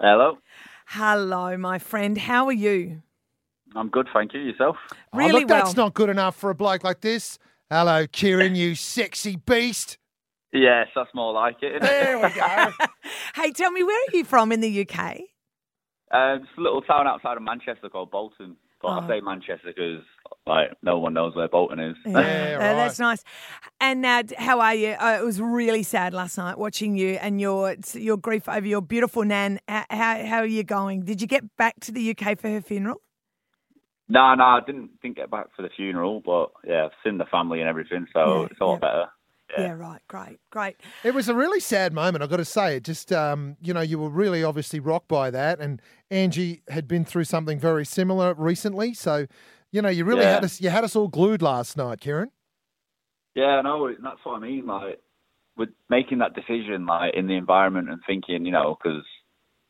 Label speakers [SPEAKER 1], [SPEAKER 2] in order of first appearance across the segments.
[SPEAKER 1] Hello.
[SPEAKER 2] Hello, my friend. How are you?
[SPEAKER 1] I'm good, thank you. Yourself?
[SPEAKER 3] Oh,
[SPEAKER 2] Really
[SPEAKER 3] look,
[SPEAKER 2] well.
[SPEAKER 3] that's not good enough for a bloke like this. Hello, Kieran, you sexy beast.
[SPEAKER 1] Yes, that's more like it. Isn't it?
[SPEAKER 3] There we go.
[SPEAKER 2] hey, tell me, where are you from in the UK?
[SPEAKER 1] um, it's a little town outside of Manchester called Bolton. But I say Manchester because like no one knows where Bolton is.
[SPEAKER 3] Yeah,
[SPEAKER 2] Uh,
[SPEAKER 3] right.
[SPEAKER 2] That's nice. And now, d- how are you? Uh, it was really sad last night watching you and your your grief over your beautiful nan. How, how, how are you going? Did you get back to the UK for her funeral?
[SPEAKER 1] no, no, I didn't didn't get back for the funeral, but yeah, I've seen the family and everything, so
[SPEAKER 2] Yeah,
[SPEAKER 1] it's all
[SPEAKER 2] yeah.
[SPEAKER 1] better.
[SPEAKER 2] Yeah, right. Great, great.
[SPEAKER 3] It was a really sad moment, I've got to say. It just, um, you know, you were really obviously rocked by that. And Angie had been through something very similar recently. So, you know, you really
[SPEAKER 1] Yeah.
[SPEAKER 3] had us, you had us all glued last night, Kieran.
[SPEAKER 1] Yeah, no, and that's what I mean. Like, with making that decision, like in the environment and thinking, you know, because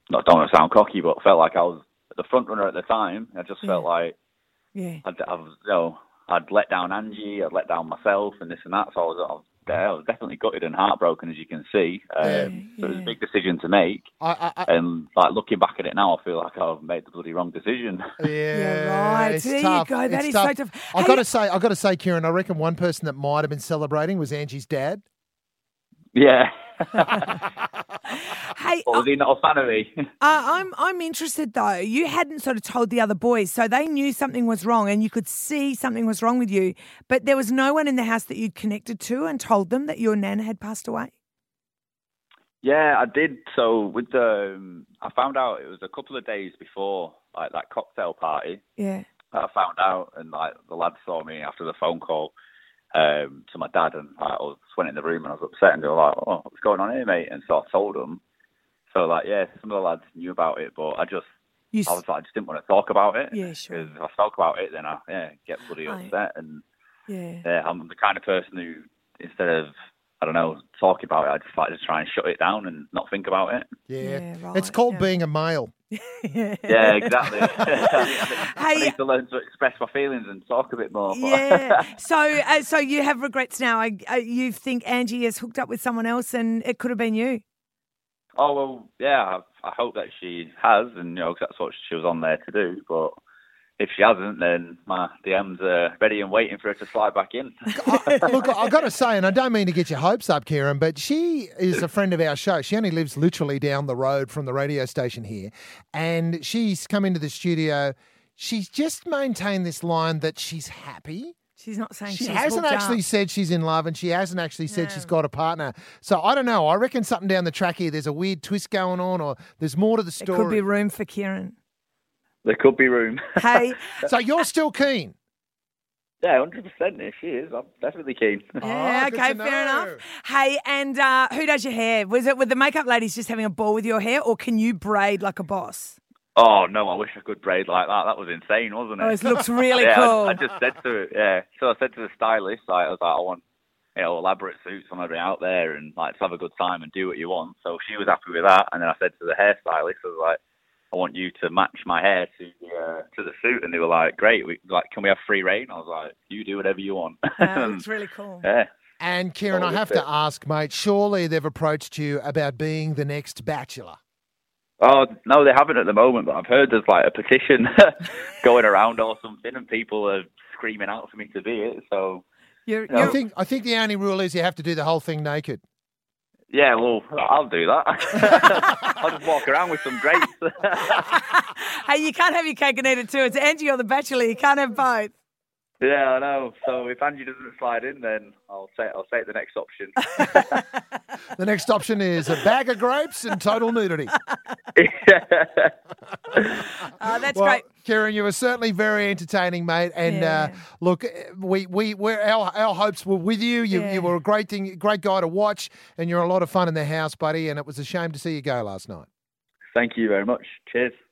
[SPEAKER 1] I don't want to sound cocky, but felt like I was the front runner at the time. I just felt like
[SPEAKER 2] Yeah.
[SPEAKER 1] I'd, I was, you know, I'd let down Angie, I'd let down myself, and this and that. So I was, I was, yeah, I was definitely gutted and heartbroken, as you can see. Um, So it was a big decision to make,
[SPEAKER 3] I, I,
[SPEAKER 1] and like looking back at it now, I feel like I've made the bloody wrong decision.
[SPEAKER 3] Yeah,
[SPEAKER 2] right.
[SPEAKER 3] it's
[SPEAKER 2] There you
[SPEAKER 3] tough.
[SPEAKER 2] go. That
[SPEAKER 3] It's
[SPEAKER 2] is so tough.
[SPEAKER 3] I've
[SPEAKER 2] Hey-
[SPEAKER 3] got to say, I've got to say, Kieran, I reckon one person that might have been celebrating was Angie's dad.
[SPEAKER 1] yeah,
[SPEAKER 2] Hey,
[SPEAKER 1] or was
[SPEAKER 2] I,
[SPEAKER 1] he not a fan of me?
[SPEAKER 2] I- I'm I'm interested though. You hadn't sort of told the other boys, so they knew something was wrong, and you could see something was wrong with you. But there was no one in the house that you'd connected to and told them that your nan had passed away.
[SPEAKER 1] Yeah, I did. So with the, um, I found out it was a couple of days before like that cocktail party.
[SPEAKER 2] Yeah.
[SPEAKER 1] that I found out, and like the lad saw me after the phone call um, to my dad, and like, I was, went in the room and I was upset, and they were like, "Oh, what's going on here, mate?" And so I told them. So like, yeah, some of the lads knew about it, but I just,
[SPEAKER 2] You s-
[SPEAKER 1] I was like, I just didn't want to talk about Oh, it.
[SPEAKER 2] Yeah, sure.
[SPEAKER 1] 'Cause if I talk about it, then I yeah get bloody
[SPEAKER 2] Right.
[SPEAKER 1] upset, and
[SPEAKER 2] yeah.
[SPEAKER 1] yeah, I'm the kind of person who instead of I don't know talking about it, I just like to try and shut it down and not think about it.
[SPEAKER 3] Yeah,
[SPEAKER 2] Yeah,
[SPEAKER 3] it's
[SPEAKER 2] right,
[SPEAKER 3] called
[SPEAKER 2] yeah.
[SPEAKER 3] being a male.
[SPEAKER 1] Yeah, exactly. I
[SPEAKER 2] Hey,
[SPEAKER 1] need to learn to express my feelings and talk a bit more. but-
[SPEAKER 2] yeah. So, uh, so you have regrets now. I, uh, you think Angie has hooked up with someone else, and it could have been you.
[SPEAKER 1] oh well, yeah. I, I hope that she has, and you know, 'cause that's what she was on there to do. But if she hasn't, then my DMs are ready and waiting for her to slide back in.
[SPEAKER 3] I, look, I've got to say, and I don't mean to get your hopes up, Kieran, but she is a friend of our show. She only lives literally down the road from the radio station here. And she's come into the studio. She's just maintained this line that she's happy.
[SPEAKER 2] She's not saying
[SPEAKER 3] She
[SPEAKER 2] she's
[SPEAKER 3] hasn't
[SPEAKER 2] hooked
[SPEAKER 3] actually
[SPEAKER 2] Up.
[SPEAKER 3] said she's in love and she hasn't actually said she's got a partner. So I don't know. I reckon something down the track here, there's a weird twist going on or there's more to the
[SPEAKER 2] There could
[SPEAKER 3] story.
[SPEAKER 2] be room for Kieran.
[SPEAKER 1] there could be room.
[SPEAKER 2] Hey,
[SPEAKER 3] so you're still keen?
[SPEAKER 1] yeah, hundred percent. If she is, I'm definitely keen.
[SPEAKER 2] yeah,
[SPEAKER 3] Oh, good
[SPEAKER 2] okay,
[SPEAKER 3] to
[SPEAKER 2] fair enough.
[SPEAKER 3] know.
[SPEAKER 2] Hey, and uh, who does your hair? Was it with the makeup ladies just having a ball with your hair, or can you braid like a boss?
[SPEAKER 1] oh no, I wish I could braid like that. That was insane, wasn't it?
[SPEAKER 2] Oh, it looks really
[SPEAKER 1] yeah, I-
[SPEAKER 2] cool.
[SPEAKER 1] I, just said to yeah. So I said to the stylist, like, I was like, I want you know elaborate suits. I want to be out there and like just have a good time and do what you want. So she was happy with that. And then I said to the hairstylist, I was like, I want you to match my hair to the uh, to the suit. And they were like, Great. We like, can we have free reign? I was like, You do whatever you want.
[SPEAKER 2] Uh, it looks really cool.
[SPEAKER 1] yeah.
[SPEAKER 3] And Kieran, I
[SPEAKER 1] Oh,
[SPEAKER 3] have
[SPEAKER 1] that's
[SPEAKER 3] to
[SPEAKER 1] it.
[SPEAKER 3] ask, mate, surely they've approached you about being the next bachelor.
[SPEAKER 1] Oh no, they haven't at the moment. But I've heard there's like a petition going around or something, and people are screaming out for me to be it. So
[SPEAKER 2] You're,
[SPEAKER 1] No.
[SPEAKER 3] I
[SPEAKER 2] you're,
[SPEAKER 3] think I think the only rule is you have to do the whole thing naked.
[SPEAKER 1] Yeah, well, I'll do that. I'll just walk around with some grapes.
[SPEAKER 2] hey, you can't have your cake and eat it too. It's Angie or The Bachelor. You can't have both.
[SPEAKER 1] yeah, I know. So if Angie doesn't slide in, then I'll say I'll take the next option.
[SPEAKER 3] The next option is a bag of grapes and total nudity.
[SPEAKER 2] Oh, that's
[SPEAKER 3] Well,
[SPEAKER 2] great.
[SPEAKER 3] Kieran, you were certainly very entertaining, mate. And
[SPEAKER 2] Yeah.
[SPEAKER 3] uh, look, we we we're, our our hopes were with you. You
[SPEAKER 2] Yeah.
[SPEAKER 3] you were a great thing, great guy to watch, and you're a lot of fun in the house, buddy. And it was a shame to see you go last night.
[SPEAKER 1] Thank you very much. Cheers.